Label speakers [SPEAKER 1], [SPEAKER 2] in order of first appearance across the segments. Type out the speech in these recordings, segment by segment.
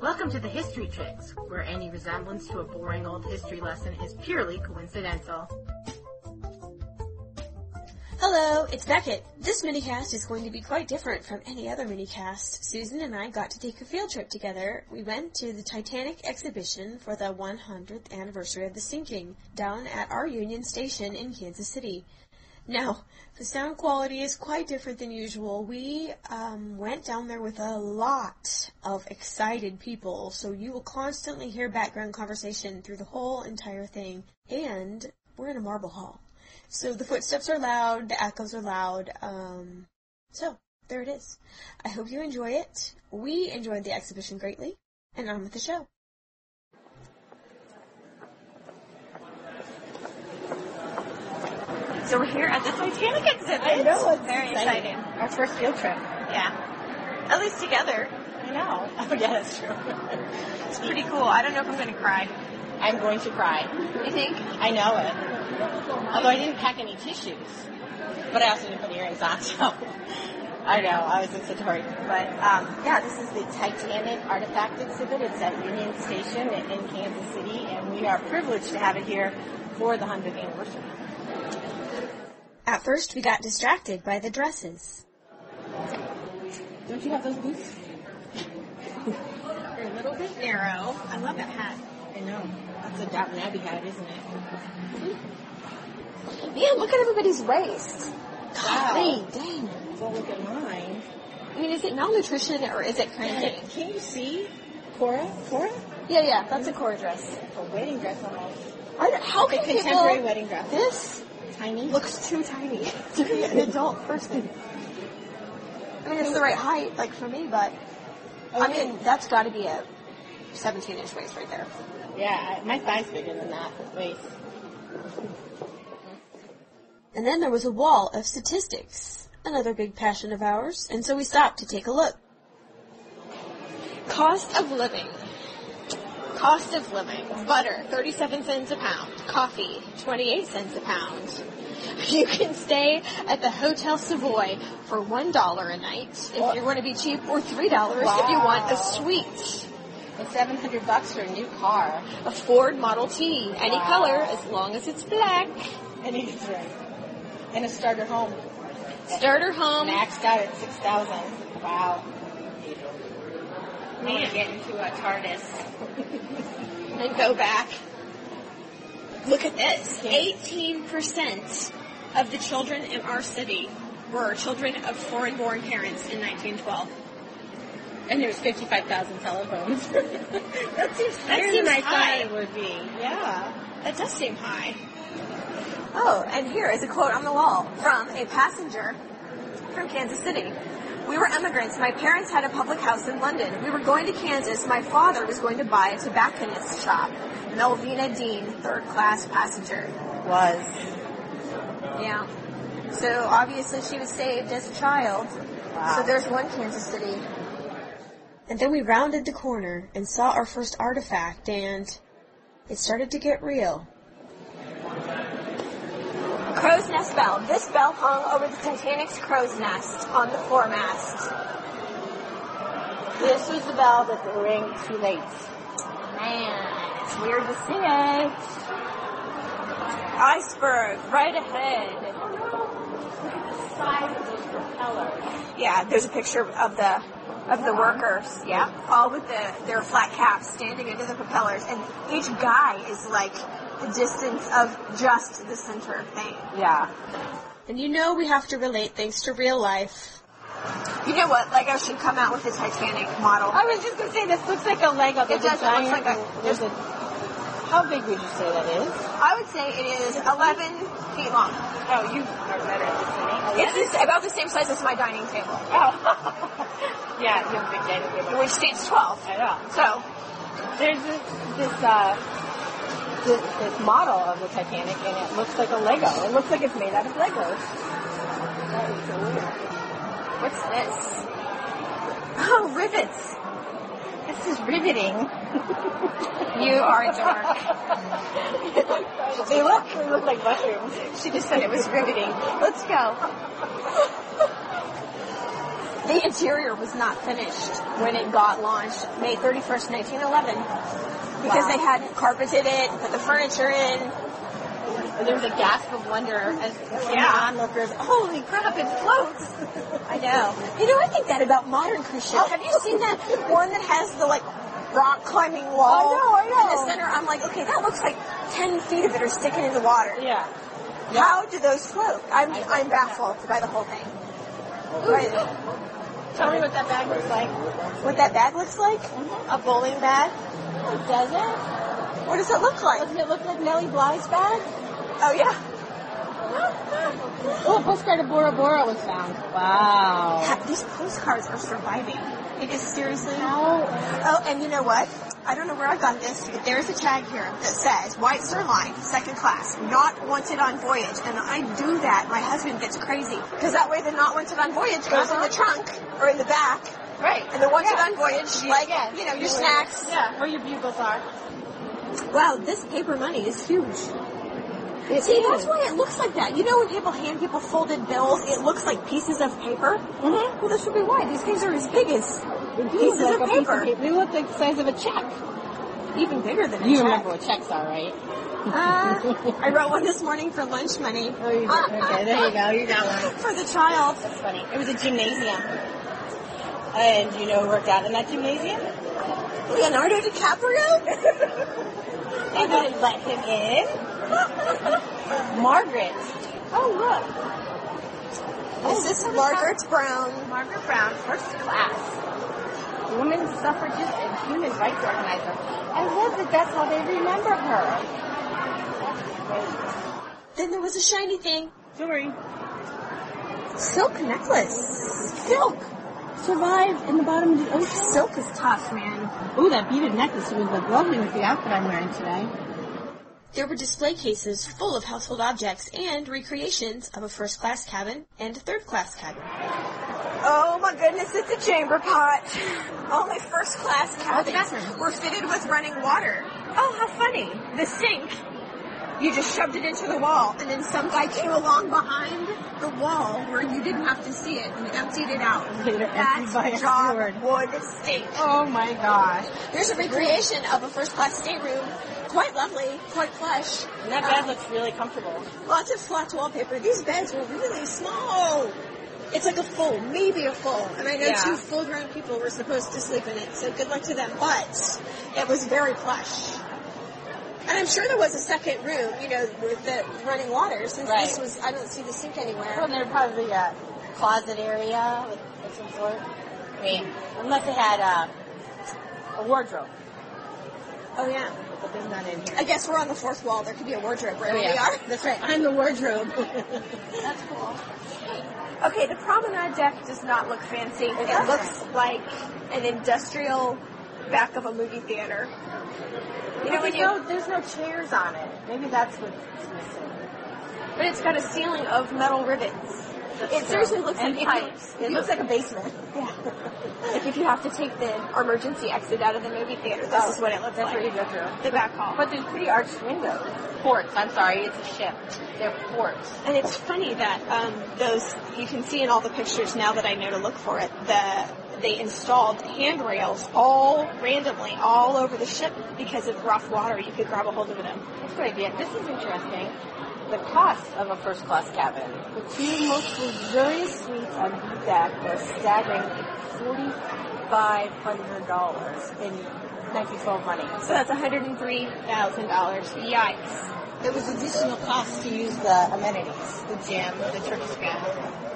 [SPEAKER 1] Welcome to the History Tricks, where any resemblance to a boring old history lesson is purely coincidental.
[SPEAKER 2] Hello, it's Beckett. This minicast is going to be quite different from any other minicast. Susan and I got to take a field trip together. We went to the Titanic exhibition for the 100th anniversary of the sinking, down at our Union Station in Kansas City. Now, the sound quality is quite different than usual. We um, went down there with a lot of excited people, so you will constantly hear background conversation through the whole entire thing. And we're in a marble hall. So the footsteps are loud, the echoes are loud. Um, so there it is. I hope you enjoy it. We enjoyed the exhibition greatly, and on with the show.
[SPEAKER 1] So we're here at the Titanic exhibit.
[SPEAKER 3] I know, it's
[SPEAKER 1] very
[SPEAKER 3] exciting.
[SPEAKER 1] exciting.
[SPEAKER 3] Our first field trip.
[SPEAKER 1] Yeah. At least together.
[SPEAKER 3] I know. Oh yeah, that's true.
[SPEAKER 1] It's pretty cool. I don't know if I'm going to cry.
[SPEAKER 3] I'm going to cry.
[SPEAKER 1] You think?
[SPEAKER 3] I know it. Although I didn't pack any tissues, but I also didn't put earrings on, so I know I was in such a hurry. But um, yeah, this is the Titanic artifact exhibit. It's at Union Station in Kansas City, and we are privileged to have it here for the 100th anniversary.
[SPEAKER 2] At first, we got distracted by the dresses.
[SPEAKER 3] Don't you have those boots?
[SPEAKER 1] They're a little bit narrow. I love that hat.
[SPEAKER 3] I know. That's a Downton Abbey hat, isn't it?
[SPEAKER 2] Mm-hmm.
[SPEAKER 3] Yeah, look at everybody's waist.
[SPEAKER 2] Golly, dang.
[SPEAKER 3] Well, look at mine.
[SPEAKER 2] I mean, is it malnutrition or is it cramping?
[SPEAKER 3] Can you see Cora? Cora?
[SPEAKER 2] yeah, yeah, that's a core dress.
[SPEAKER 3] A wedding dress almost.
[SPEAKER 2] I don't, how
[SPEAKER 3] A
[SPEAKER 2] can
[SPEAKER 3] contemporary
[SPEAKER 2] people...
[SPEAKER 3] wedding dress.
[SPEAKER 2] This
[SPEAKER 3] Tiny.
[SPEAKER 2] looks too tiny to be an adult person. I mean, it's the right height, like for me, but
[SPEAKER 3] Oh,
[SPEAKER 2] I mean, that's got to be a 17-inch waist right there.
[SPEAKER 3] yeah, I- my thigh's bigger than that waist.
[SPEAKER 2] And then there was a wall of statistics, another big passion of ours, and so we stopped to take a look.
[SPEAKER 4] Cost of living. Cost of living. Butter, 37 cents a pound. Coffee, 28 cents a pound. You can stay at the Hotel Savoy for $1 a night if you want to be cheap, or $3 if you want a suite.
[SPEAKER 3] It's 700 bucks for a new car.
[SPEAKER 4] A Ford Model T, any
[SPEAKER 3] Wow.
[SPEAKER 4] color, as long as it's black.
[SPEAKER 3] And it's right. And a starter home.
[SPEAKER 4] Starter home.
[SPEAKER 3] Max got it 6000 Wow.
[SPEAKER 1] Man. to get into a TARDIS.
[SPEAKER 4] and go back. Look at this. 18% of the children in our city were children of foreign born parents in 1912.
[SPEAKER 3] And there's 55,000 telephones. that seems
[SPEAKER 4] That
[SPEAKER 3] higher
[SPEAKER 4] seems
[SPEAKER 3] than I
[SPEAKER 4] high.
[SPEAKER 3] thought it would be. Yeah.
[SPEAKER 4] That does seem high.
[SPEAKER 2] Oh, and here is a quote on the wall from a passenger from Kansas City. We were immigrants. My parents had a public house in London. We were going to Kansas. My father was going to buy a tobacconist shop. Melvina Dean, third class passenger.
[SPEAKER 3] Was.
[SPEAKER 2] Yeah. So obviously she was saved as a child.
[SPEAKER 3] Wow.
[SPEAKER 2] So there's one Kansas City. And then we rounded the corner and saw our first artifact and it started to get real. Crow's nest bell. This bell hung over the Titanic's crow's nest on the foremast.
[SPEAKER 3] This was the bell that they rang too late.
[SPEAKER 2] Man.
[SPEAKER 3] It's weird to see it.
[SPEAKER 2] Iceberg right ahead.
[SPEAKER 3] Size of those propellers.
[SPEAKER 2] Yeah, there's a picture of the of the workers. Yeah, all with the their flat caps standing under the propellers, and each guy is like the distance of just the center thing.
[SPEAKER 3] Yeah.
[SPEAKER 2] And you know we have to relate things to real life. You know what? Lego should come out with a Titanic model.
[SPEAKER 3] I was just gonna say this looks like a Lego. There's
[SPEAKER 2] does,
[SPEAKER 3] A
[SPEAKER 2] it looks
[SPEAKER 3] giant,
[SPEAKER 2] like a-
[SPEAKER 3] There's a. How big would you say that is?
[SPEAKER 2] I would say it is 11 feet long.
[SPEAKER 3] Oh, you are better at this than
[SPEAKER 2] It's this, about the same size as my dining table,
[SPEAKER 3] Oh. yeah, you have a big dining table.
[SPEAKER 2] which seats 12.
[SPEAKER 3] I know.
[SPEAKER 2] So
[SPEAKER 3] There's this this uh this, this model of the Titanic, and it looks like a Lego. It looks like it's made out of Legos. That is so weird.
[SPEAKER 2] what's this? Oh, rivets.
[SPEAKER 3] This is riveting.
[SPEAKER 2] You are a dork.
[SPEAKER 3] they look they look like mushrooms.
[SPEAKER 2] She just said it was riveting. Let's go. The interior was not finished when it got launched May 31st, 1911, because
[SPEAKER 3] Wow.
[SPEAKER 2] they hadn't carpeted it, put the furniture in.
[SPEAKER 3] And there was a gasp of wonder as from
[SPEAKER 2] Yeah.
[SPEAKER 3] the onlookers. Holy crap! It floats.
[SPEAKER 2] I know. You know, I think that about modern cruise ships. Oh, Have you seen that one that has the like rock climbing wall?
[SPEAKER 3] I know, I know.
[SPEAKER 2] In the center, I'm like, okay, that looks like 10 feet of it are sticking in the water.
[SPEAKER 3] Yeah.
[SPEAKER 2] How do those float? I'm, I'm baffled by the whole thing. By
[SPEAKER 3] Tell me what that bag looks like.
[SPEAKER 2] what that bag looks like?
[SPEAKER 3] A bowling bag. Does it?
[SPEAKER 2] What does it look like?
[SPEAKER 3] Doesn't it look like Nellie Bly's bag?
[SPEAKER 2] Oh yeah.
[SPEAKER 3] Oh, a postcard of Bora Bora was found. Wow.
[SPEAKER 2] Ha- These postcards are surviving. It is seriously.
[SPEAKER 3] How?
[SPEAKER 2] Oh, and you know what? I don't know where I got this, but there is a tag here that says White Sirloin, second class, not wanted on voyage. And I do that. My husband gets crazy because that way the not wanted on voyage goes
[SPEAKER 3] Uh-huh.
[SPEAKER 2] in the trunk or in the back,
[SPEAKER 3] Right.
[SPEAKER 2] and the wanted on voyage, like
[SPEAKER 3] Yeah.
[SPEAKER 2] you know, your snacks.
[SPEAKER 3] Yeah, where your bugles are.
[SPEAKER 2] Wow, this paper money is huge. See, that's why it looks like that. You know, when people hand people folded bills, it looks like pieces of paper. Mm-hmm. Well, this would be why these things are as big as pieces
[SPEAKER 3] Like
[SPEAKER 2] of
[SPEAKER 3] a piece
[SPEAKER 2] paper,
[SPEAKER 3] paper. They look like the size of a check.
[SPEAKER 2] even bigger than a
[SPEAKER 3] You
[SPEAKER 2] check.
[SPEAKER 3] remember what checks are, right?
[SPEAKER 2] Uh, I wrote one this morning for lunch money.
[SPEAKER 3] Oh, you did. Okay, there you go. You got one.
[SPEAKER 2] For the child.
[SPEAKER 3] That's funny. It was a gymnasium. And you know who worked out in that gymnasium?
[SPEAKER 2] Leonardo DiCaprio?
[SPEAKER 3] They wouldn't let him in. Margaret. Oh, look.
[SPEAKER 2] this is Margaret Brown.
[SPEAKER 3] Oh, Margaret Brown, first class. Woman suffragist and human rights organizer. I love that that's how they remember her.
[SPEAKER 5] Then there was a shiny thing.
[SPEAKER 3] Sorry.
[SPEAKER 2] Silk necklace.
[SPEAKER 3] Silk survived in the bottom of the ocean.
[SPEAKER 2] Silk is tough, man.
[SPEAKER 3] Ooh, that beaded necklace would look lovely with the outfit I'm wearing today.
[SPEAKER 5] There were display cases full of household objects and recreations of a first class cabin and a third class cabin.
[SPEAKER 2] Oh my goodness, it's a chamber pot. Only first class cabins
[SPEAKER 3] bathroom.
[SPEAKER 2] were fitted with running water. Oh, how funny. The sink. You just shoved it into the wall, and then some guy came along behind the wall where you didn't have to see it and emptied it out.
[SPEAKER 3] Later emptied by a
[SPEAKER 2] That job
[SPEAKER 3] steward.
[SPEAKER 2] would stink.
[SPEAKER 3] Oh my gosh.
[SPEAKER 2] There's a recreation of a first class stateroom. Quite lovely, quite plush.
[SPEAKER 3] And that bed looks really comfortable.
[SPEAKER 2] Lots of flat wallpaper. These beds were really small. It's like a full, maybe a full. And I know
[SPEAKER 3] Yeah.
[SPEAKER 2] two full grown people were supposed to sleep in it, so good luck to them. But it was very plush. And I'm sure there was a second room, you know, with the running water, since
[SPEAKER 3] Right.
[SPEAKER 2] this was, I don't see the sink anywhere.
[SPEAKER 3] Well, there'd probably be a closet area with, of some sort. I mean, unless they had uh, a wardrobe,
[SPEAKER 2] Oh yeah.
[SPEAKER 3] but there's none in here.
[SPEAKER 2] I guess we're on the fourth wall. There could be a wardrobe wherever
[SPEAKER 3] Oh, yeah.
[SPEAKER 2] we are.
[SPEAKER 3] That's right.
[SPEAKER 2] I'm the wardrobe.
[SPEAKER 3] That's cool.
[SPEAKER 2] Okay, the promenade deck does not look fancy. It,
[SPEAKER 3] doesn't.
[SPEAKER 2] looks like an industrial back of a movie theater. You know, when
[SPEAKER 3] there's,
[SPEAKER 2] you,
[SPEAKER 3] no, there's no chairs on it. Maybe that's what's missing.
[SPEAKER 2] but it's got a ceiling of metal ribbons. It seriously looks
[SPEAKER 3] and
[SPEAKER 2] like
[SPEAKER 3] pipes. It looks like a basement.
[SPEAKER 2] Yeah. like if you have to take the emergency exit out of the movie theater, this is what it looks
[SPEAKER 3] Oh, That's where you
[SPEAKER 2] like.
[SPEAKER 3] go through.
[SPEAKER 2] The back hall.
[SPEAKER 3] But there's pretty arched windows. Ports. I'm sorry, it's a ship. They're ports.
[SPEAKER 2] And it's funny that um, those you can see in all the pictures now that I know to look for it. The they installed handrails all randomly all over the ship because of rough water. You could grab a hold of them.
[SPEAKER 3] That's a good idea. This is interesting. The cost of a first class cabin. The two most luxurious suites on B deck were staggering $4,500 in 1912 money.
[SPEAKER 2] So that's $103,000. Yikes.
[SPEAKER 3] There was additional cost to use the amenities, the gym, the Turkish bath.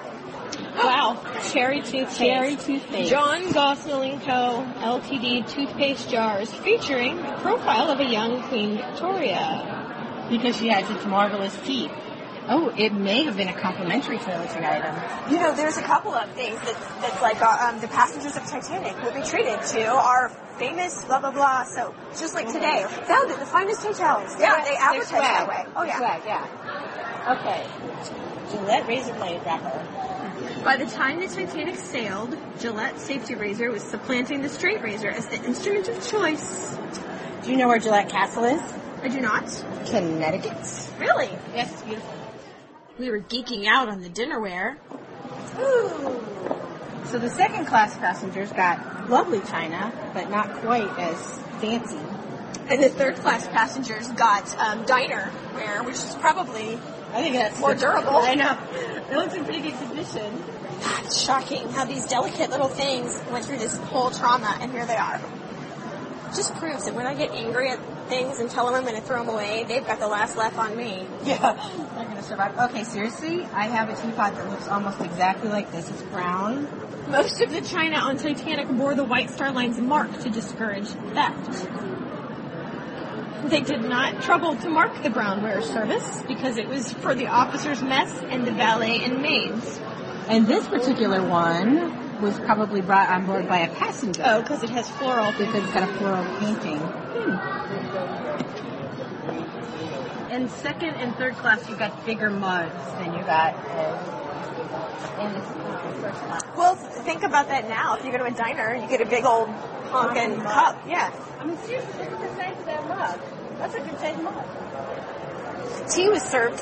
[SPEAKER 6] Wow. Cherry toothpaste.
[SPEAKER 3] Cherry toothpaste.
[SPEAKER 6] John Gosling Co. Ltd. toothpaste jars featuring the profile of a young Queen Victoria.
[SPEAKER 3] Because she had such marvelous teeth. Oh, it may have been a complimentary toiletry item.
[SPEAKER 2] You know, there's a couple of things that's, that's like uh, um, the passengers of Titanic will be treated to our famous blah blah blah. So just
[SPEAKER 6] Mm-hmm.
[SPEAKER 2] like today, found at the finest hotels. Yeah, they advertise that way. Oh yeah.
[SPEAKER 3] Swag, yeah. Okay. Gillette razor blade wrapper.
[SPEAKER 6] By the time the Titanic sailed, Gillette's safety razor was supplanting the straight razor as the instrument of choice.
[SPEAKER 3] Do you know where Gillette Castle is?
[SPEAKER 6] I do not.
[SPEAKER 3] Connecticut.
[SPEAKER 2] Really?
[SPEAKER 3] Yes, it's beautiful.
[SPEAKER 5] We were geeking out on the dinnerware.
[SPEAKER 2] Ooh.
[SPEAKER 3] So the second class passengers got lovely china, but not quite as fancy.
[SPEAKER 2] And the third class passengers got um, diner ware, which is probably
[SPEAKER 3] I think that's
[SPEAKER 2] more durable.
[SPEAKER 3] I know. It looks in pretty good condition.
[SPEAKER 2] It's shocking how these delicate little things went through this whole trauma, and here they are. Just proves that when I get angry at things and tell them I'm going to throw them away, they've got the last laugh on me.
[SPEAKER 3] Yeah, they're gonna survive. Okay, seriously, I have a teapot that looks almost exactly like this. It's brown.
[SPEAKER 6] Most of the china on Titanic bore the White Star Line's mark to discourage theft. They did not trouble to mark the brownware service because it was for the officers' mess and the valet and maids.
[SPEAKER 3] And this particular one was probably brought on board by a passenger.
[SPEAKER 6] Oh, because it has floral.
[SPEAKER 3] Because it's got a floral painting.
[SPEAKER 6] Hmm. And second and third class, you got bigger mugs than you
[SPEAKER 3] Got in this first class.
[SPEAKER 2] Well, think about that now. If you go to a diner, you get a big old honkin' cup. Yeah.
[SPEAKER 3] I mean, seriously, look at the size of that mug. That's a good size mug.
[SPEAKER 2] Tea was served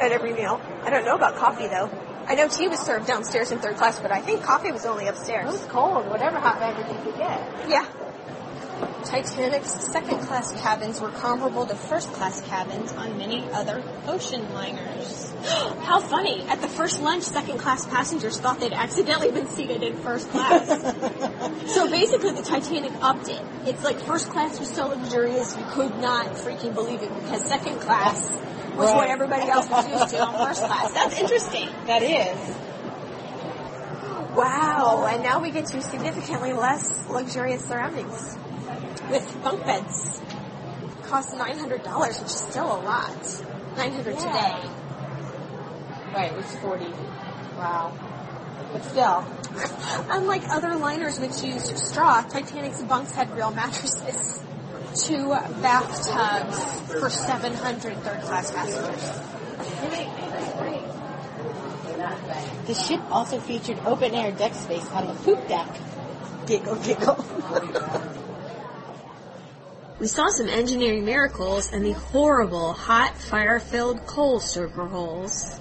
[SPEAKER 2] at every meal. I don't know about coffee, though. I know tea was served downstairs in third class, but I think coffee was only
[SPEAKER 3] It was
[SPEAKER 2] upstairs.
[SPEAKER 3] cold, whatever hot beverage you could get.
[SPEAKER 2] Yeah. Titanic's second class cabins were comparable to first class cabins on many other ocean liners. How funny! At the first lunch, second class passengers thought they'd accidentally been seated in first class. so basically, the Titanic upped it. It's like first class was so luxurious you could not freaking believe it because second class was what
[SPEAKER 3] Right.
[SPEAKER 2] everybody else was used to on first class. That's interesting.
[SPEAKER 3] That is.
[SPEAKER 2] Wow, and now we get to significantly less luxurious surroundings with bunk beds. Cost $900, which is still a lot. 900 today.
[SPEAKER 3] Right, it's 40. Wow. But still.
[SPEAKER 2] Unlike other liners which used straw, Titanic's bunks had real mattresses. Two bathtubs for 700 third class passengers.
[SPEAKER 3] The ship also featured open air deck space on the poop deck. Giggle, giggle.
[SPEAKER 5] We saw some engineering miracles and the horrible hot fire-filled coal surfer holes.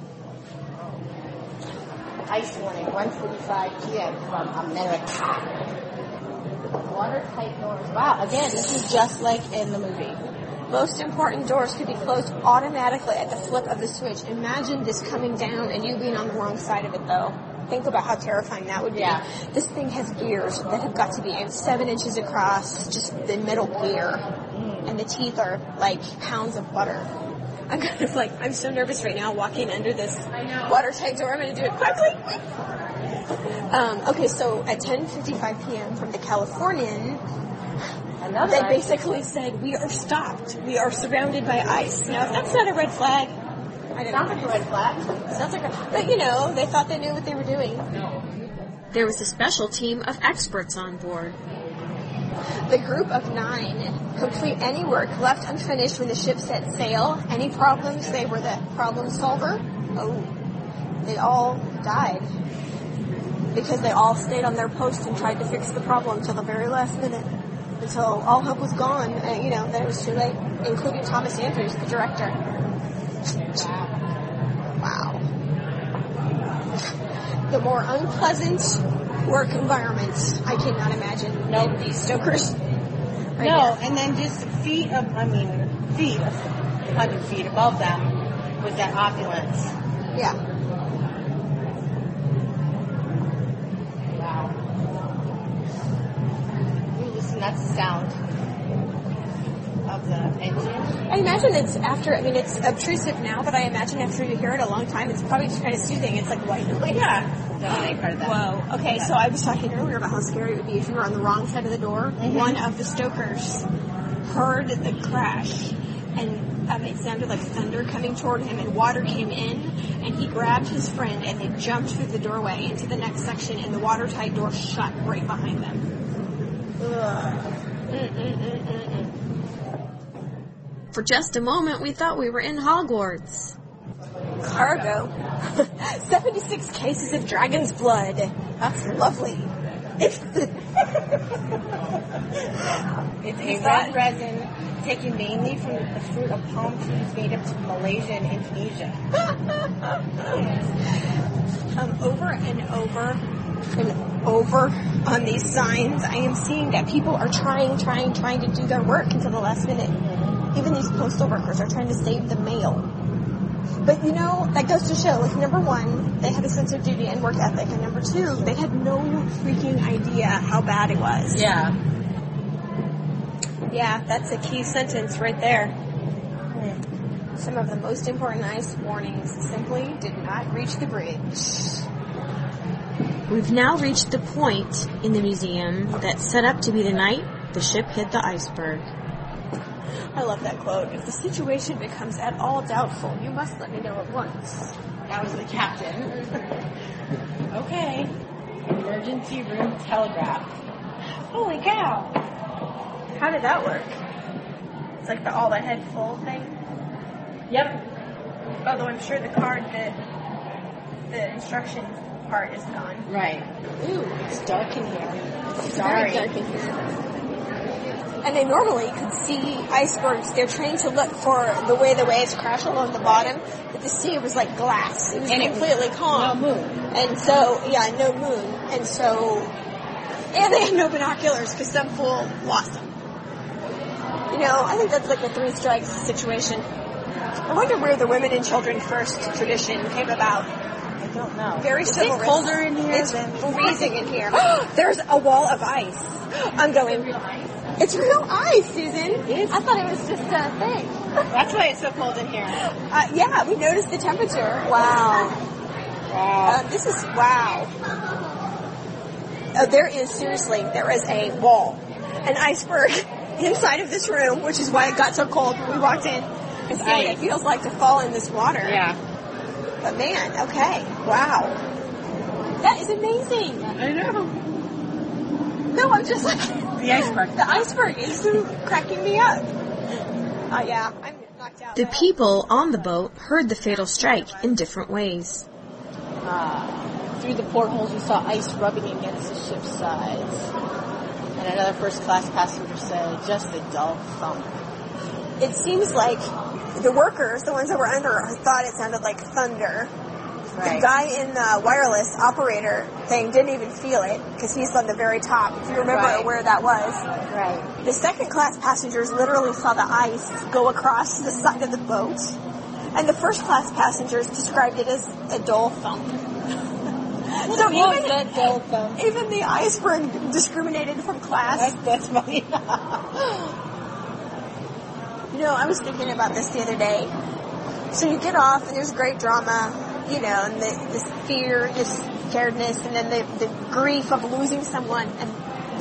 [SPEAKER 3] Ice warning, 1.45 p.m. from America. Watertight doors. Wow, again, this is just like in the movie.
[SPEAKER 2] Most important doors could be closed automatically at the flip of the switch. Imagine this coming down and you being on the wrong side of it though. Think about how terrifying that would be.
[SPEAKER 3] Yeah.
[SPEAKER 2] This thing has gears that have got to be seven inches across, just the middle gear. And the teeth are like pounds of butter. I'm kind of like, I'm so nervous right now walking under this watertight door. I'm going to do it quickly. Um, okay, so at 10.55 p.m. from the Californian,
[SPEAKER 3] Another
[SPEAKER 2] they basically said, we are stopped. We are surrounded by ice. Now, if that's not a red flag, I don't
[SPEAKER 3] Sounds
[SPEAKER 2] know.
[SPEAKER 3] like a red flag.
[SPEAKER 2] Sounds like a, but you know, they thought they knew what they were doing.
[SPEAKER 5] There was a special team of experts on board.
[SPEAKER 2] The group of nine complete any work left unfinished when the ship set sail. Any problems, they were the problem solver. Oh, they all died. Because they all stayed on their post and tried to fix the problem till the very last minute. Until all hope was gone, and you know, then it was too late, including Thomas Andrews, the director. Wow. The more unpleasant work environment I cannot imagine. No, these stokers. Right
[SPEAKER 3] No, and then just feet of, I mean, feet, 100 feet above them was that opulence.
[SPEAKER 2] now. Yeah.
[SPEAKER 3] Wow. You listen, that's the sound of the engine.
[SPEAKER 2] I imagine it's after, I mean, it's obtrusive now, but I imagine after you hear it a long time, it's probably just kind of soothing. It's like white noise. Yeah.
[SPEAKER 3] Definitely part of that.
[SPEAKER 2] Whoa. Okay, so I was talking earlier about how scary it would be if you were on the wrong side of the door.
[SPEAKER 5] Mm-hmm.
[SPEAKER 2] One of the stokers heard the crash, and um, it sounded like thunder coming toward him, and water came in, and he grabbed his friend, and they jumped through the doorway into the next section, and the watertight door shut right behind them. Mm,
[SPEAKER 5] For just a moment, we thought we were in Hogwarts.
[SPEAKER 2] Cargo. 76 cases of dragon's blood. That's lovely. It's
[SPEAKER 3] It's a
[SPEAKER 2] Is that-
[SPEAKER 3] red resin taken mainly from the fruit of palm trees native to Malaysia and Indonesia.
[SPEAKER 2] um, over and over and over on these signs, I am seeing that people are trying, trying, trying to do their work until the last minute. Even these postal workers are trying to save the mail. But you know, that goes to show, like, number one, they had a sense of duty and work ethic, and number two, they had no freaking idea how bad it was.
[SPEAKER 3] Yeah.
[SPEAKER 2] Yeah, that's a key sentence right there. Some of the most important ice warnings simply did not reach the bridge.
[SPEAKER 5] We've now reached the point in the museum that's set up to be the night the ship hit the iceberg.
[SPEAKER 2] I love that quote. If the situation becomes at all doubtful, you must let me know at once.
[SPEAKER 3] That was the captain. okay. Emergency room telegraph.
[SPEAKER 2] Holy cow! How did that work? It's like the all the head full thing.
[SPEAKER 3] Yep.
[SPEAKER 2] Although I'm sure the card that the instruction part is gone.
[SPEAKER 3] Right.
[SPEAKER 2] Ooh,
[SPEAKER 3] It's dark in here.
[SPEAKER 2] it's
[SPEAKER 3] Sorry.
[SPEAKER 2] very dark in here. And they normally could see icebergs. They're trained to look for the way the waves crash along the bottom, but the sea was like glass. It was
[SPEAKER 3] And it
[SPEAKER 2] completely
[SPEAKER 3] No
[SPEAKER 2] calm.
[SPEAKER 3] moon.
[SPEAKER 2] And so, yeah, no moon. And so, and they had no binoculars because some fool lost them. You know, I think that's like a three strikes situation. I wonder where the women and children first tradition came about.
[SPEAKER 3] I don't know.
[SPEAKER 2] Very
[SPEAKER 3] Is
[SPEAKER 2] chivalrous.
[SPEAKER 3] it colder in here
[SPEAKER 2] It's
[SPEAKER 3] than
[SPEAKER 2] freezing in here. There's a wall of ice. I'm going. It's real ice, Susan. I thought it was just a thing.
[SPEAKER 3] That's why it's so cold in here.
[SPEAKER 2] Uh, yeah, we noticed the temperature. Wow.
[SPEAKER 3] Wow.
[SPEAKER 2] Uh, this is wow. Oh, there is seriously there is a wall, an iceberg inside of this room, which is why it got so cold when we walked in. And see what
[SPEAKER 3] ice.
[SPEAKER 2] it feels like to fall in this water.
[SPEAKER 3] Yeah.
[SPEAKER 2] But man, okay, wow, that is amazing.
[SPEAKER 3] I know.
[SPEAKER 2] No, I'm just like
[SPEAKER 3] The iceberg.
[SPEAKER 2] the iceberg is cracking me up. Oh yeah, I'm knocked out.
[SPEAKER 5] The people on the boat heard the fatal strike in different ways.
[SPEAKER 3] Uh, through the portholes, we saw ice rubbing against the ship's sides. And another first class passenger said, just a dull thump.
[SPEAKER 2] It seems like the workers, the ones that were under, thought it sounded like thunder. The guy in the wireless operator thing didn't even feel it because he's on the very top. If you remember
[SPEAKER 3] Right.
[SPEAKER 2] where that was,
[SPEAKER 3] Right.
[SPEAKER 2] the second class passengers literally saw the ice go across the side of the boat, and the first class passengers described it as a dull thump. so
[SPEAKER 3] What's
[SPEAKER 2] even
[SPEAKER 3] that dull thump?
[SPEAKER 2] even the iceberg discriminated from class.
[SPEAKER 3] That's, that's funny.
[SPEAKER 2] You know, I was thinking about this the other day. So you get off, and there's great drama, you know, and the, this fear, this scaredness, and then the, the grief of losing someone, and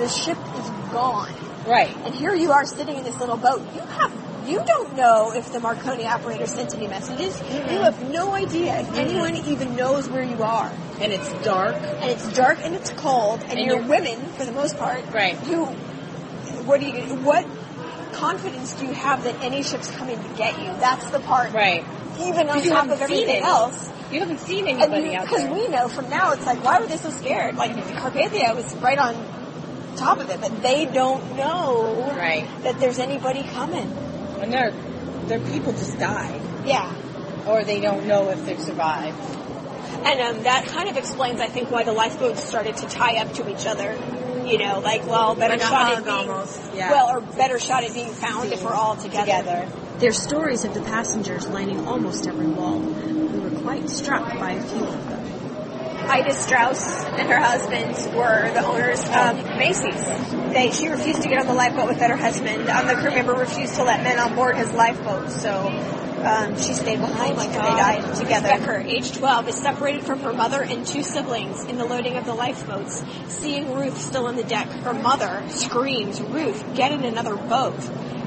[SPEAKER 2] the ship is gone.
[SPEAKER 3] right.
[SPEAKER 2] And here you are sitting in this little boat. You have, you don't know if the Marconi operator sent any messages. You have no idea if anyone even knows where you are.
[SPEAKER 3] And it's dark.
[SPEAKER 2] And it's dark and it's cold, and,
[SPEAKER 3] And
[SPEAKER 2] you're,
[SPEAKER 3] you're-
[SPEAKER 2] women for the most part.
[SPEAKER 3] Right.
[SPEAKER 2] You, what do you, what confidence do you have that any ship's coming to get you? That's the part.
[SPEAKER 3] Right.
[SPEAKER 2] Even on
[SPEAKER 3] Because you
[SPEAKER 2] top of
[SPEAKER 3] haven't seen
[SPEAKER 2] everything
[SPEAKER 3] it.
[SPEAKER 2] else.
[SPEAKER 3] You haven't seen
[SPEAKER 2] And
[SPEAKER 3] anybody out
[SPEAKER 2] because
[SPEAKER 3] there.
[SPEAKER 2] we know from now, it's like, why were they so scared? Like, Carpathia was right on top of it, but they don't know
[SPEAKER 3] Right.
[SPEAKER 2] that there's anybody coming.
[SPEAKER 3] And their, their people just died.
[SPEAKER 2] Yeah.
[SPEAKER 3] Or they don't know if they've survived.
[SPEAKER 2] And um, that kind of explains, I think, why the lifeboats started to tie up to each other. You know, like, well, better
[SPEAKER 3] Like a
[SPEAKER 2] shot at
[SPEAKER 3] hug
[SPEAKER 2] being,
[SPEAKER 3] almost, yeah.
[SPEAKER 2] well, or better shot at being found if we're all together.
[SPEAKER 3] Together.
[SPEAKER 5] Their stories of the passengers lining almost every wall. We were quite struck by a few of them.
[SPEAKER 2] Ida Strauss and her husband were the owners of Macy's. They, she refused to get on the lifeboat without her husband. Um, the crew member refused to let men on board his lifeboat, so um, she stayed behind until they died together. Becker, age 12, is separated from her mother and two siblings in the loading of the lifeboats. Seeing Ruth still on the deck, her mother screams, Ruth, get in another boat.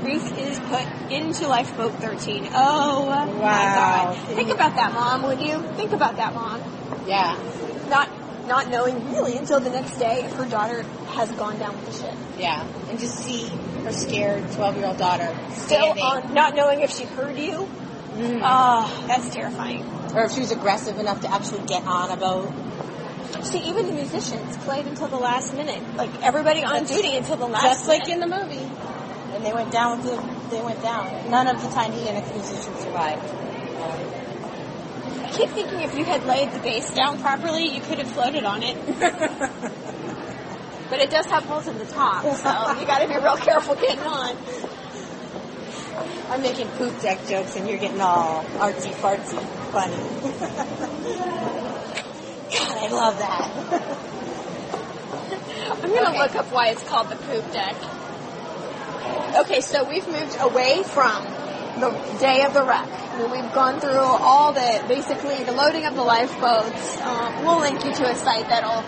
[SPEAKER 2] Ruth is put into lifeboat 13. Oh my
[SPEAKER 3] Wow.
[SPEAKER 2] god. Think about that, Mom, would you? Think about that, Mom
[SPEAKER 3] Yeah.
[SPEAKER 2] not not knowing really until the next day if her daughter has gone down with the ship.
[SPEAKER 3] Yeah. And just see her scared 12 year old daughter
[SPEAKER 2] Still
[SPEAKER 3] standing.
[SPEAKER 2] on not knowing if she heard you. Ah, that's terrifying.
[SPEAKER 3] Or if she was aggressive enough to actually get on a boat.
[SPEAKER 2] See, even the musicians played until the last minute. Like everybody on duty until the last.
[SPEAKER 3] Just like
[SPEAKER 2] minute.
[SPEAKER 3] in the movie. And they went down with the, they went down. None of the Titanic musicians survived.
[SPEAKER 2] I keep thinking if you had laid the base down properly, you could have floated on it. but it does have holes in the top, so you gotta be real careful getting on.
[SPEAKER 3] I'm making poop deck jokes and you're getting all artsy fartsy funny. God, I love that.
[SPEAKER 2] I'm gonna look up why it's called the poop deck. Okay, so we've moved away from the day of the wreck. I mean, We've gone through all the basically the loading of the lifeboats. Um, we'll link you to a site that'll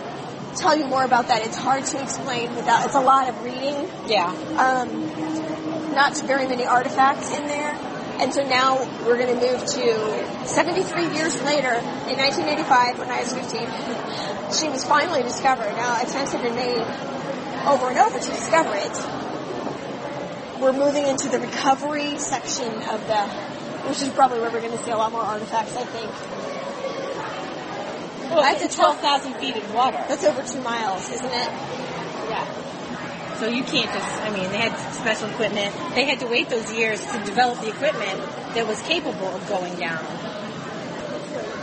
[SPEAKER 2] tell you more about that. It's hard to explain without. It's a lot of reading.
[SPEAKER 3] Yeah.
[SPEAKER 2] Um, not very many artifacts in there. And so now we're going to move to 73 years later, in 1985, when I was 15, she was finally discovered. Now attempts have been made over and over to discover it. We're moving into the recovery section of the, which is probably where we're going to see a lot more artifacts, I think.
[SPEAKER 3] Well,
[SPEAKER 2] That's
[SPEAKER 3] it's
[SPEAKER 2] a 12
[SPEAKER 3] 12,000 feet in water.
[SPEAKER 2] That's over two miles, isn't it?
[SPEAKER 3] Yeah. So you can't just, I mean, they had special equipment. They had to wait those years to develop the equipment that was capable of going down.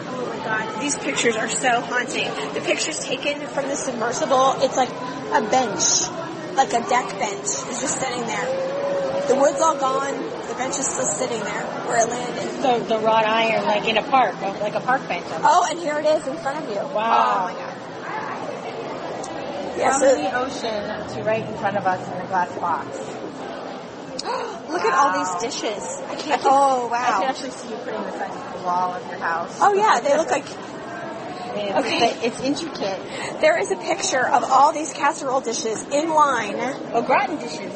[SPEAKER 2] Oh my god, these pictures are so haunting. The pictures taken from the submersible, it's like a bench, like a deck bench, is just sitting there. The wood's all gone, the bench is still sitting there where it landed.
[SPEAKER 3] The, the wrought iron, like in a park, uh, like a park bench.
[SPEAKER 2] Oh, and here it is in front of you.
[SPEAKER 3] Wow.
[SPEAKER 2] Oh my god.
[SPEAKER 3] From
[SPEAKER 2] Yeah,
[SPEAKER 3] the ocean to right in front of us in a glass box.
[SPEAKER 2] so look at all these dishes. I can't.
[SPEAKER 3] Oh,
[SPEAKER 2] oh
[SPEAKER 3] I can
[SPEAKER 2] wow.
[SPEAKER 3] actually see you putting this on the wall of your house.
[SPEAKER 2] Oh yeah, they look like
[SPEAKER 3] I mean, it's-
[SPEAKER 2] Okay.
[SPEAKER 3] It's intricate.
[SPEAKER 2] there is a picture of all these casserole dishes in line.
[SPEAKER 3] Oh, gratin dishes.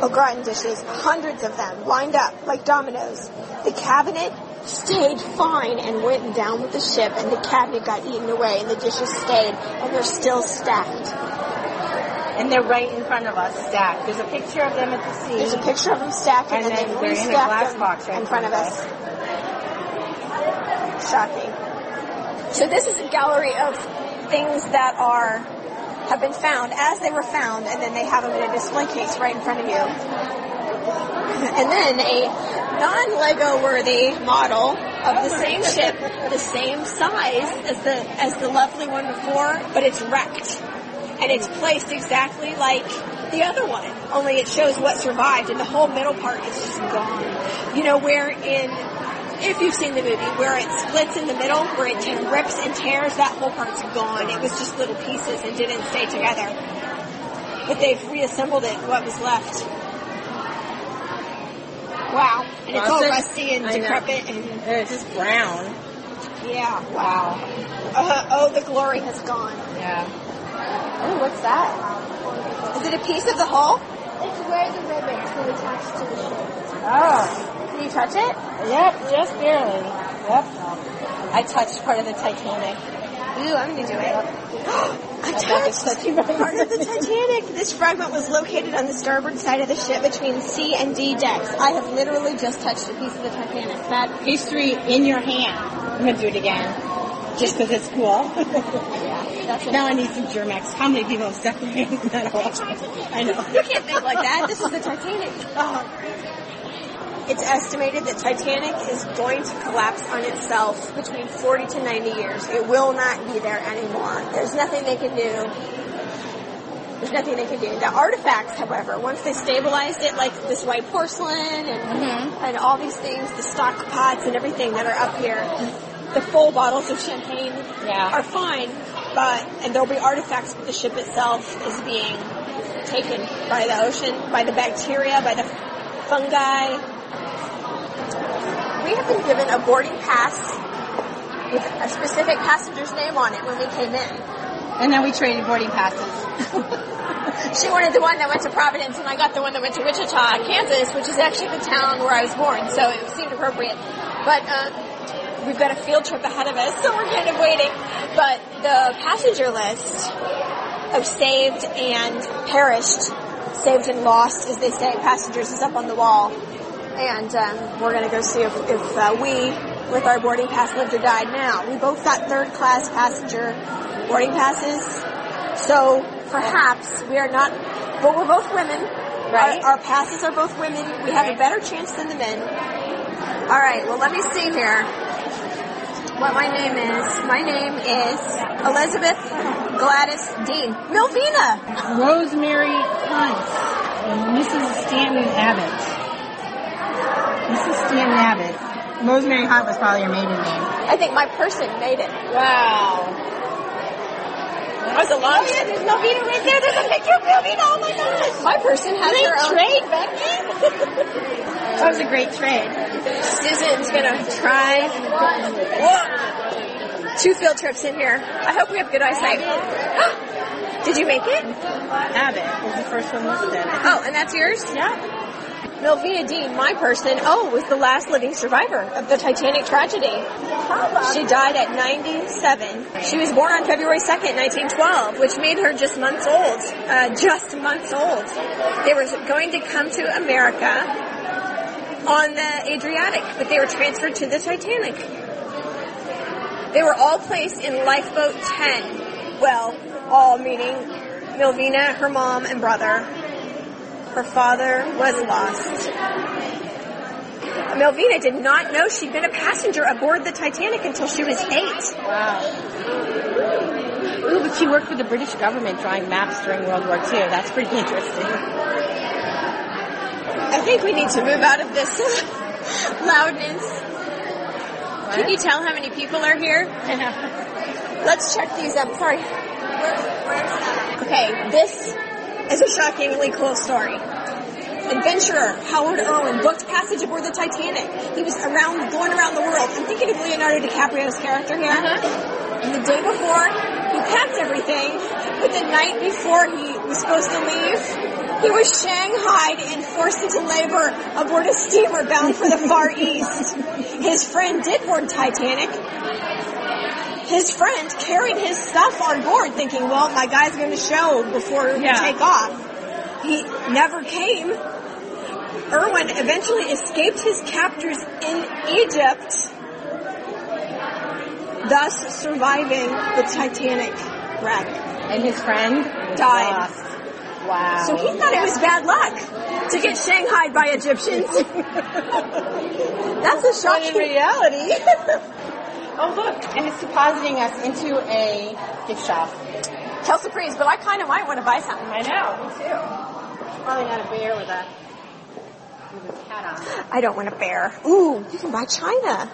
[SPEAKER 2] au gratin dishes, hundreds of them, lined up like dominoes. The cabinet stayed fine and went down with the ship, and the cabinet got eaten away, and the dishes stayed, and they're still stacked.
[SPEAKER 3] And they're right in front of us, stacked. There's a picture of them at the sea.
[SPEAKER 2] There's a picture of them stacked,
[SPEAKER 3] And
[SPEAKER 2] and, then,
[SPEAKER 3] then
[SPEAKER 2] they
[SPEAKER 3] they're in a glass
[SPEAKER 2] restacked them
[SPEAKER 3] box right
[SPEAKER 2] in front of us. Shocking. So this is a gallery of things that are have been found as they were found, and then they have them in a display case right in front of you. And then a non-Lego worthy model of the same ship, the same size as the as the lovely one before, but it's wrecked. And it's placed exactly like the other one, only it shows what survived and the whole middle part is just gone. You know, where in, if you've seen the movie, where it splits in the middle, where it tear- rips and tears, that whole part's gone. It was just little pieces and didn't stay together. But they've reassembled it, what was left. Wow. And it's all
[SPEAKER 3] Rusted?
[SPEAKER 2] rusty and
[SPEAKER 3] I know.
[SPEAKER 2] decrepit and,
[SPEAKER 3] There, It's just brown.
[SPEAKER 2] yeah, wow.
[SPEAKER 3] Wow.
[SPEAKER 2] Uh, oh, the glory has gone.
[SPEAKER 3] Yeah.
[SPEAKER 2] Oh, what's that? Is it a piece of the hull?
[SPEAKER 7] It's where the ribbons were attached to the ship.
[SPEAKER 3] Oh.
[SPEAKER 2] Can you touch it?
[SPEAKER 3] Yep, just barely. Yep. I touched part of the Titanic.
[SPEAKER 2] Ooh, I'm gonna do it. I
[SPEAKER 3] bet it's
[SPEAKER 2] touched
[SPEAKER 3] touching my
[SPEAKER 2] part of the Titanic. This fragment was located on the starboard side of the ship between C and D decks. I have literally just touched a piece of the Titanic.
[SPEAKER 3] That history in your hand. I'm gonna do it again. Just because it's cool. now I need some Germex. How many people have stuck their hands in that hole? I know.
[SPEAKER 2] You can't think like that. This is the Titanic. Uh-huh. It's estimated that Titanic is going to collapse on itself between 40 to 90 years. It will not be there anymore. There's nothing they can do. There's nothing they can do. The artifacts, however, once they stabilized it, like this white porcelain and, and all these things, the stock pots and everything that are up here, the full bottles of champagne
[SPEAKER 3] Yeah.
[SPEAKER 2] are fine, but, and there'll be artifacts, but the ship itself is being taken by the ocean, by the bacteria, by the fungi. We have been given a boarding pass with a specific passenger's name on it when we came in.
[SPEAKER 3] And then we traded boarding passes.
[SPEAKER 2] She wanted the one that went to Providence and I got the one that went to Wichita, Kansas, which is actually the town where I was born, so it seemed appropriate. But, uh, we've got a field trip ahead of us, so we're kind of waiting. But the passenger list of saved and perished, saved and lost, as they say, passengers is up on the wall. And um, we're going to go see if, if uh, we, with our boarding pass, lived or died now. We both got third class passenger boarding passes. So perhaps we are not, but we're both women.
[SPEAKER 3] Right.
[SPEAKER 2] Our, our passes are both women. We have a better chance than the men. All right, well, let me see here. what my name is. My name is Elizabeth Gladys Dean. Milvina!
[SPEAKER 6] Rosemary Hunt and Mrs. Stanton Abbott. Mrs. Stanton Abbott. Rosemary Hunt was probably your maiden name.
[SPEAKER 2] I think my person made it.
[SPEAKER 3] Wow. That was a long
[SPEAKER 2] Oh, Yeah, there's Melvina right there. There's a picture of Melvina. Oh my gosh. My person has her own. trade back
[SPEAKER 6] That was a great trade.
[SPEAKER 2] Susan's gonna try two field trips in here. I hope we have good eyesight. Did you make it?
[SPEAKER 6] Abbott was the first one listed.
[SPEAKER 2] Oh, and that's yours?
[SPEAKER 6] Yeah.
[SPEAKER 2] Melvina Dean, my person, oh, was the last living survivor of the Titanic tragedy. She died at 97. She was born on February 2nd, 1912, which made her just months old. Uh, just months old. They were going to come to America on the Adriatic, but they were transferred to the Titanic. They were all placed in lifeboat 10. Well, all meaning Melvina, her mom, and brother. Her father was lost. Melvina did not know she'd been a passenger aboard the Titanic until she was eight.
[SPEAKER 3] Ooh, but she worked for the British government drawing maps during World War II. That's pretty interesting.
[SPEAKER 2] I think we need to move out of this uh, loudness. Can you tell how many people are here? Let's check these up. Sorry. Okay, this is a shockingly cool story. Adventurer Howard Irwin booked passage aboard the Titanic. He was around, going around the world. I'm thinking of Leonardo DiCaprio's character here. And the day before, he packed everything, but the night before he was supposed to leave, he was shanghaied and forced into labor aboard a steamer bound for the Far East. His friend did board Titanic, his friend carried his stuff on board thinking, well, my guy's going to show before we
[SPEAKER 6] Yeah.
[SPEAKER 2] take off. He never came. Irwin eventually escaped his captors in Egypt, thus surviving the Titanic wreck.
[SPEAKER 3] And his friend
[SPEAKER 2] Died.
[SPEAKER 3] lost. Wow.
[SPEAKER 2] So he thought it was bad luck to get shanghaied by Egyptians. That's
[SPEAKER 3] But
[SPEAKER 2] a
[SPEAKER 3] in
[SPEAKER 2] shocking.
[SPEAKER 3] reality, oh look, and it's depositing us into a gift shop.
[SPEAKER 2] Kelsey Freeze, but I kind of might want to buy something.
[SPEAKER 3] I know, me too. Probably not a bear with a with a cat on.
[SPEAKER 2] I don't want a bear. Ooh, you can buy china.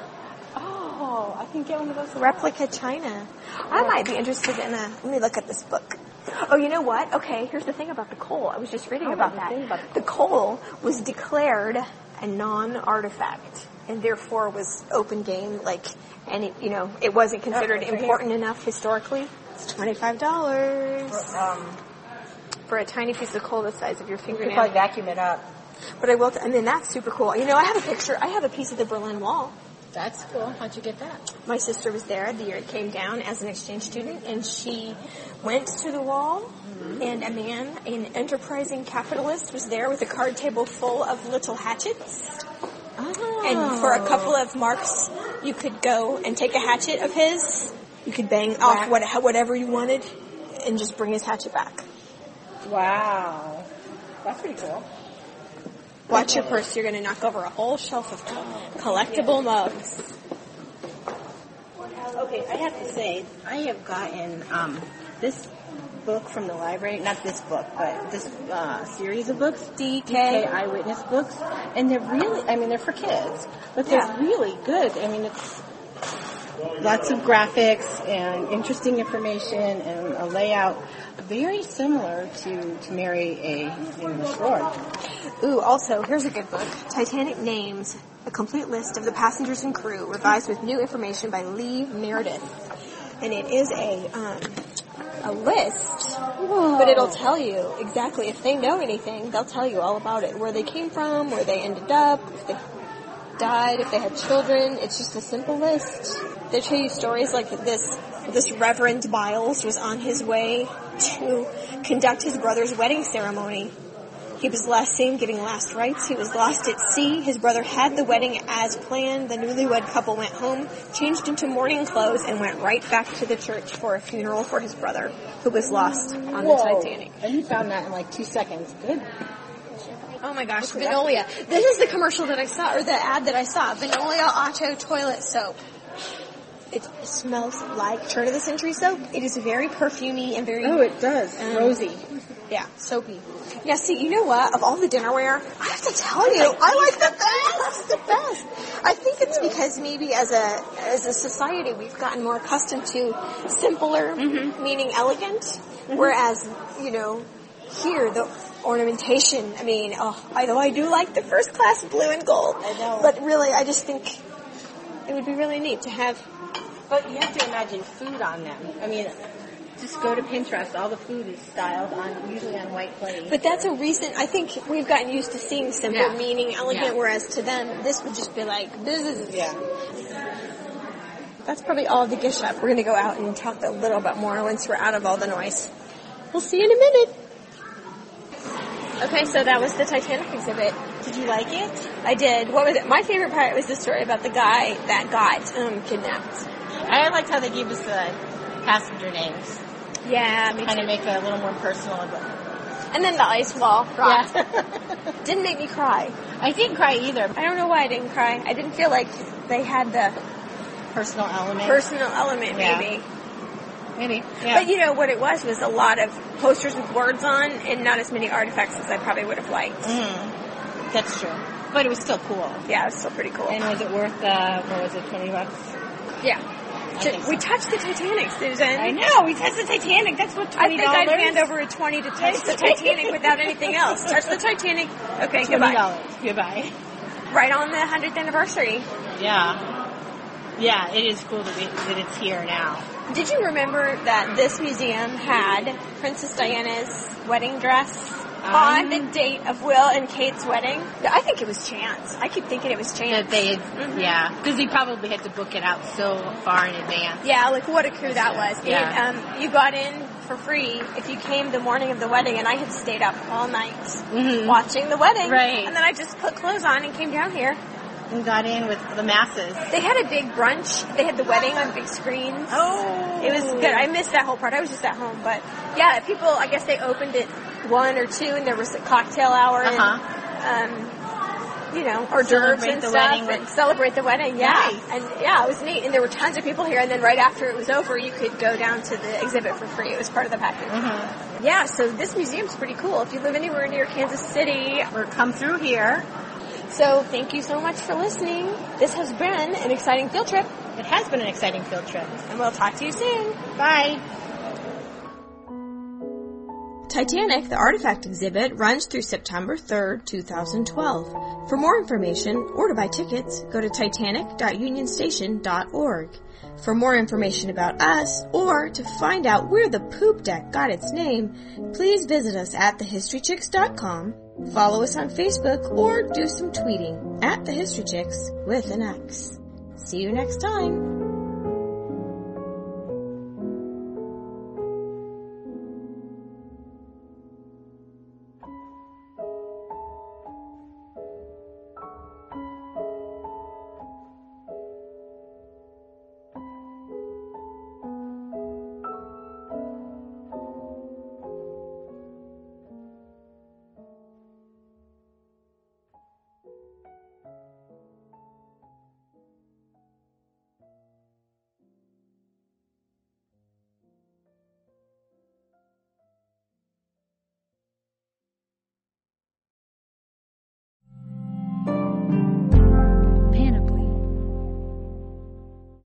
[SPEAKER 3] Oh, I can get one of those.
[SPEAKER 2] Replica china. I might be interested in a. Let me look at this book. Oh, you know what? Okay, here's the thing about the coal. I was just reading about that. Oh, the coal was declared a non-artifact and therefore was open game. Like, and it, you know, it wasn't considered important enough historically. Oh, It's twenty-five dollars
[SPEAKER 3] Um,
[SPEAKER 2] for a tiny piece of coal the size of your
[SPEAKER 3] you could
[SPEAKER 2] fingernail.
[SPEAKER 3] probably vacuum it up.
[SPEAKER 2] But I will. T- I mean, that's super cool. You know, I have a picture. I have a piece of the Berlin Wall.
[SPEAKER 3] That's cool. How'd you get that?
[SPEAKER 2] My sister was there the year it came down as an exchange student, and she went to the wall, and a man, an enterprising capitalist, was there with a card table full of little hatchets. And for a couple of marks, you could go and take a hatchet of his. You could bang off what, whatever you wanted, and just bring his hatchet back.
[SPEAKER 3] Wow, that's pretty cool.
[SPEAKER 2] Watch your purse; you're going to knock over a whole shelf of collectible mugs.
[SPEAKER 3] Okay, I have to say, I have gotten um, this book from the library, not this book, but this uh, series of books, DK, Eyewitness Books, and they're really, I mean, they're for kids, but they're really good. I mean, it's lots of graphics and interesting information and a layout very similar to To Marry a English Lord.
[SPEAKER 2] Ooh, also, here's a good book. Titanic Names, a complete list of the passengers and crew, revised with new information by Lee Meredith. And it is a, um, a list, but it'll tell you exactly, if they know anything, they'll tell you all about it. Where they came from, where they ended up, if they died, if they had children. It's just a simple list. They tell you stories like this. This Reverend Biles was on his way to conduct his brother's wedding ceremony. He was last seen giving last rites. He was lost at sea. His brother had the wedding as planned. The newlywed couple went home, changed into mourning clothes, and went right back to the church for a funeral for his brother, who was lost on the Titanic.
[SPEAKER 3] And you found that in like two seconds. Good.
[SPEAKER 2] Oh my gosh, Vinolia. This is the commercial that I saw, or the ad that I saw. Vinolia Otto Toilet Soap. It smells like turn of the century soap. It is very perfumey and very
[SPEAKER 8] Oh, it does.
[SPEAKER 2] Um,
[SPEAKER 8] Rosy.
[SPEAKER 2] yeah soapy. Yeah, see, you know what? Of all the dinnerware, I have to tell you, I like the best. The best. I think it's because maybe as a as a society we've gotten more accustomed to simpler, meaning elegant, whereas you know here the ornamentation. I mean, oh, I know I do like the first class blue and gold, I
[SPEAKER 6] know.
[SPEAKER 2] but really, I just think it would be really neat to have.
[SPEAKER 6] But you have to imagine food on them. I mean, just go to Pinterest. All the food is styled on usually on white plates.
[SPEAKER 2] But that's a recent. I think we've gotten used to seeing simple,
[SPEAKER 9] Yeah.
[SPEAKER 2] meaning elegant,
[SPEAKER 9] Yeah.
[SPEAKER 2] whereas to them, this would just be like this is.
[SPEAKER 6] Yeah.
[SPEAKER 2] That's probably all the gift shop. We're gonna go out and talk a little bit more once we're out of all the noise. We'll see you in a minute. Okay, so that was the Titanic exhibit. Did you like it? I did. What was it? My favorite part was the story about the guy that got um, kidnapped.
[SPEAKER 6] I liked how they gave us the passenger names.
[SPEAKER 2] Yeah,
[SPEAKER 6] Kind of make it a little more personal. But,
[SPEAKER 2] And then the ice wall rock
[SPEAKER 6] yeah.
[SPEAKER 2] didn't make me cry.
[SPEAKER 6] I didn't cry either.
[SPEAKER 2] I don't know why I didn't cry. I didn't feel like they had the
[SPEAKER 6] Personal element.
[SPEAKER 2] personal element,
[SPEAKER 6] Yeah.
[SPEAKER 2] maybe.
[SPEAKER 6] Maybe. Yeah.
[SPEAKER 2] But you know what it was was a lot of posters with words on, and not as many artifacts as I probably would have liked.
[SPEAKER 6] mm, that's true. But it was still cool.
[SPEAKER 2] Yeah, it's still pretty cool.
[SPEAKER 6] And was it worth, uh, what was it, 20 bucks?
[SPEAKER 2] yeah, So
[SPEAKER 6] think so.
[SPEAKER 2] we touched the Titanic, Susan.
[SPEAKER 6] I know, we touched the Titanic. That's what, $20?
[SPEAKER 2] I think I'd hand over a twenty to touch the Titanic without anything else. Touch the Titanic. Okay, goodbye.
[SPEAKER 6] $20. Goodbye.
[SPEAKER 2] Right on the hundredth anniversary.
[SPEAKER 6] Yeah. Yeah, it is cool that, we, that it's here now.
[SPEAKER 2] Did you remember that this museum had Princess Diana's wedding dress on the date of Will and Kate's wedding? I think it was chance. I keep thinking it was chance. Mm-hmm.
[SPEAKER 6] That they,
[SPEAKER 3] Mm-hmm.
[SPEAKER 6] yeah, because they probably had to book it out so far in advance.
[SPEAKER 2] Yeah, like what a crew that was.
[SPEAKER 6] Yeah.
[SPEAKER 2] And, um, you got in for free if you came the morning of the wedding, and I had stayed up all night
[SPEAKER 6] Mhm.
[SPEAKER 2] watching the wedding.
[SPEAKER 6] Right.
[SPEAKER 2] And then I just put clothes on and came down here.
[SPEAKER 6] And got in with the masses.
[SPEAKER 2] They had a big brunch. They had the wedding on big screens.
[SPEAKER 6] Oh,
[SPEAKER 2] It was good. I missed that whole part. I was just at home, but yeah, people. I guess they opened at one or two, and there was a cocktail hour and, um, you know, hors d'oeuvres
[SPEAKER 6] Uh-huh. Celebrate
[SPEAKER 2] and
[SPEAKER 6] the
[SPEAKER 2] stuff,
[SPEAKER 6] wedding with-
[SPEAKER 2] and celebrate the wedding. Yeah,
[SPEAKER 6] Nice.
[SPEAKER 2] and yeah, it was neat. And there were tons of people here. And then right after it was over, you could go down to the exhibit for free. It was part of the package.
[SPEAKER 6] Mm-hmm.
[SPEAKER 2] Yeah, so this museum's pretty cool. If you live anywhere near Kansas City,
[SPEAKER 6] Or come through here.
[SPEAKER 2] so thank you so much for listening. This has been an exciting field trip,
[SPEAKER 6] It has been an exciting field trip.
[SPEAKER 2] and we'll talk to you soon.
[SPEAKER 6] Bye.
[SPEAKER 2] Titanic, the artifact exhibit, runs through September 3rd, 2012. For more information or to buy tickets, go to titanic.unionstation.org. For more information about us or to find out where the poop deck got its name, please visit us at thehistorychicks.com, follow us on Facebook, or do some tweeting at the History Chicks with an X. See you next time!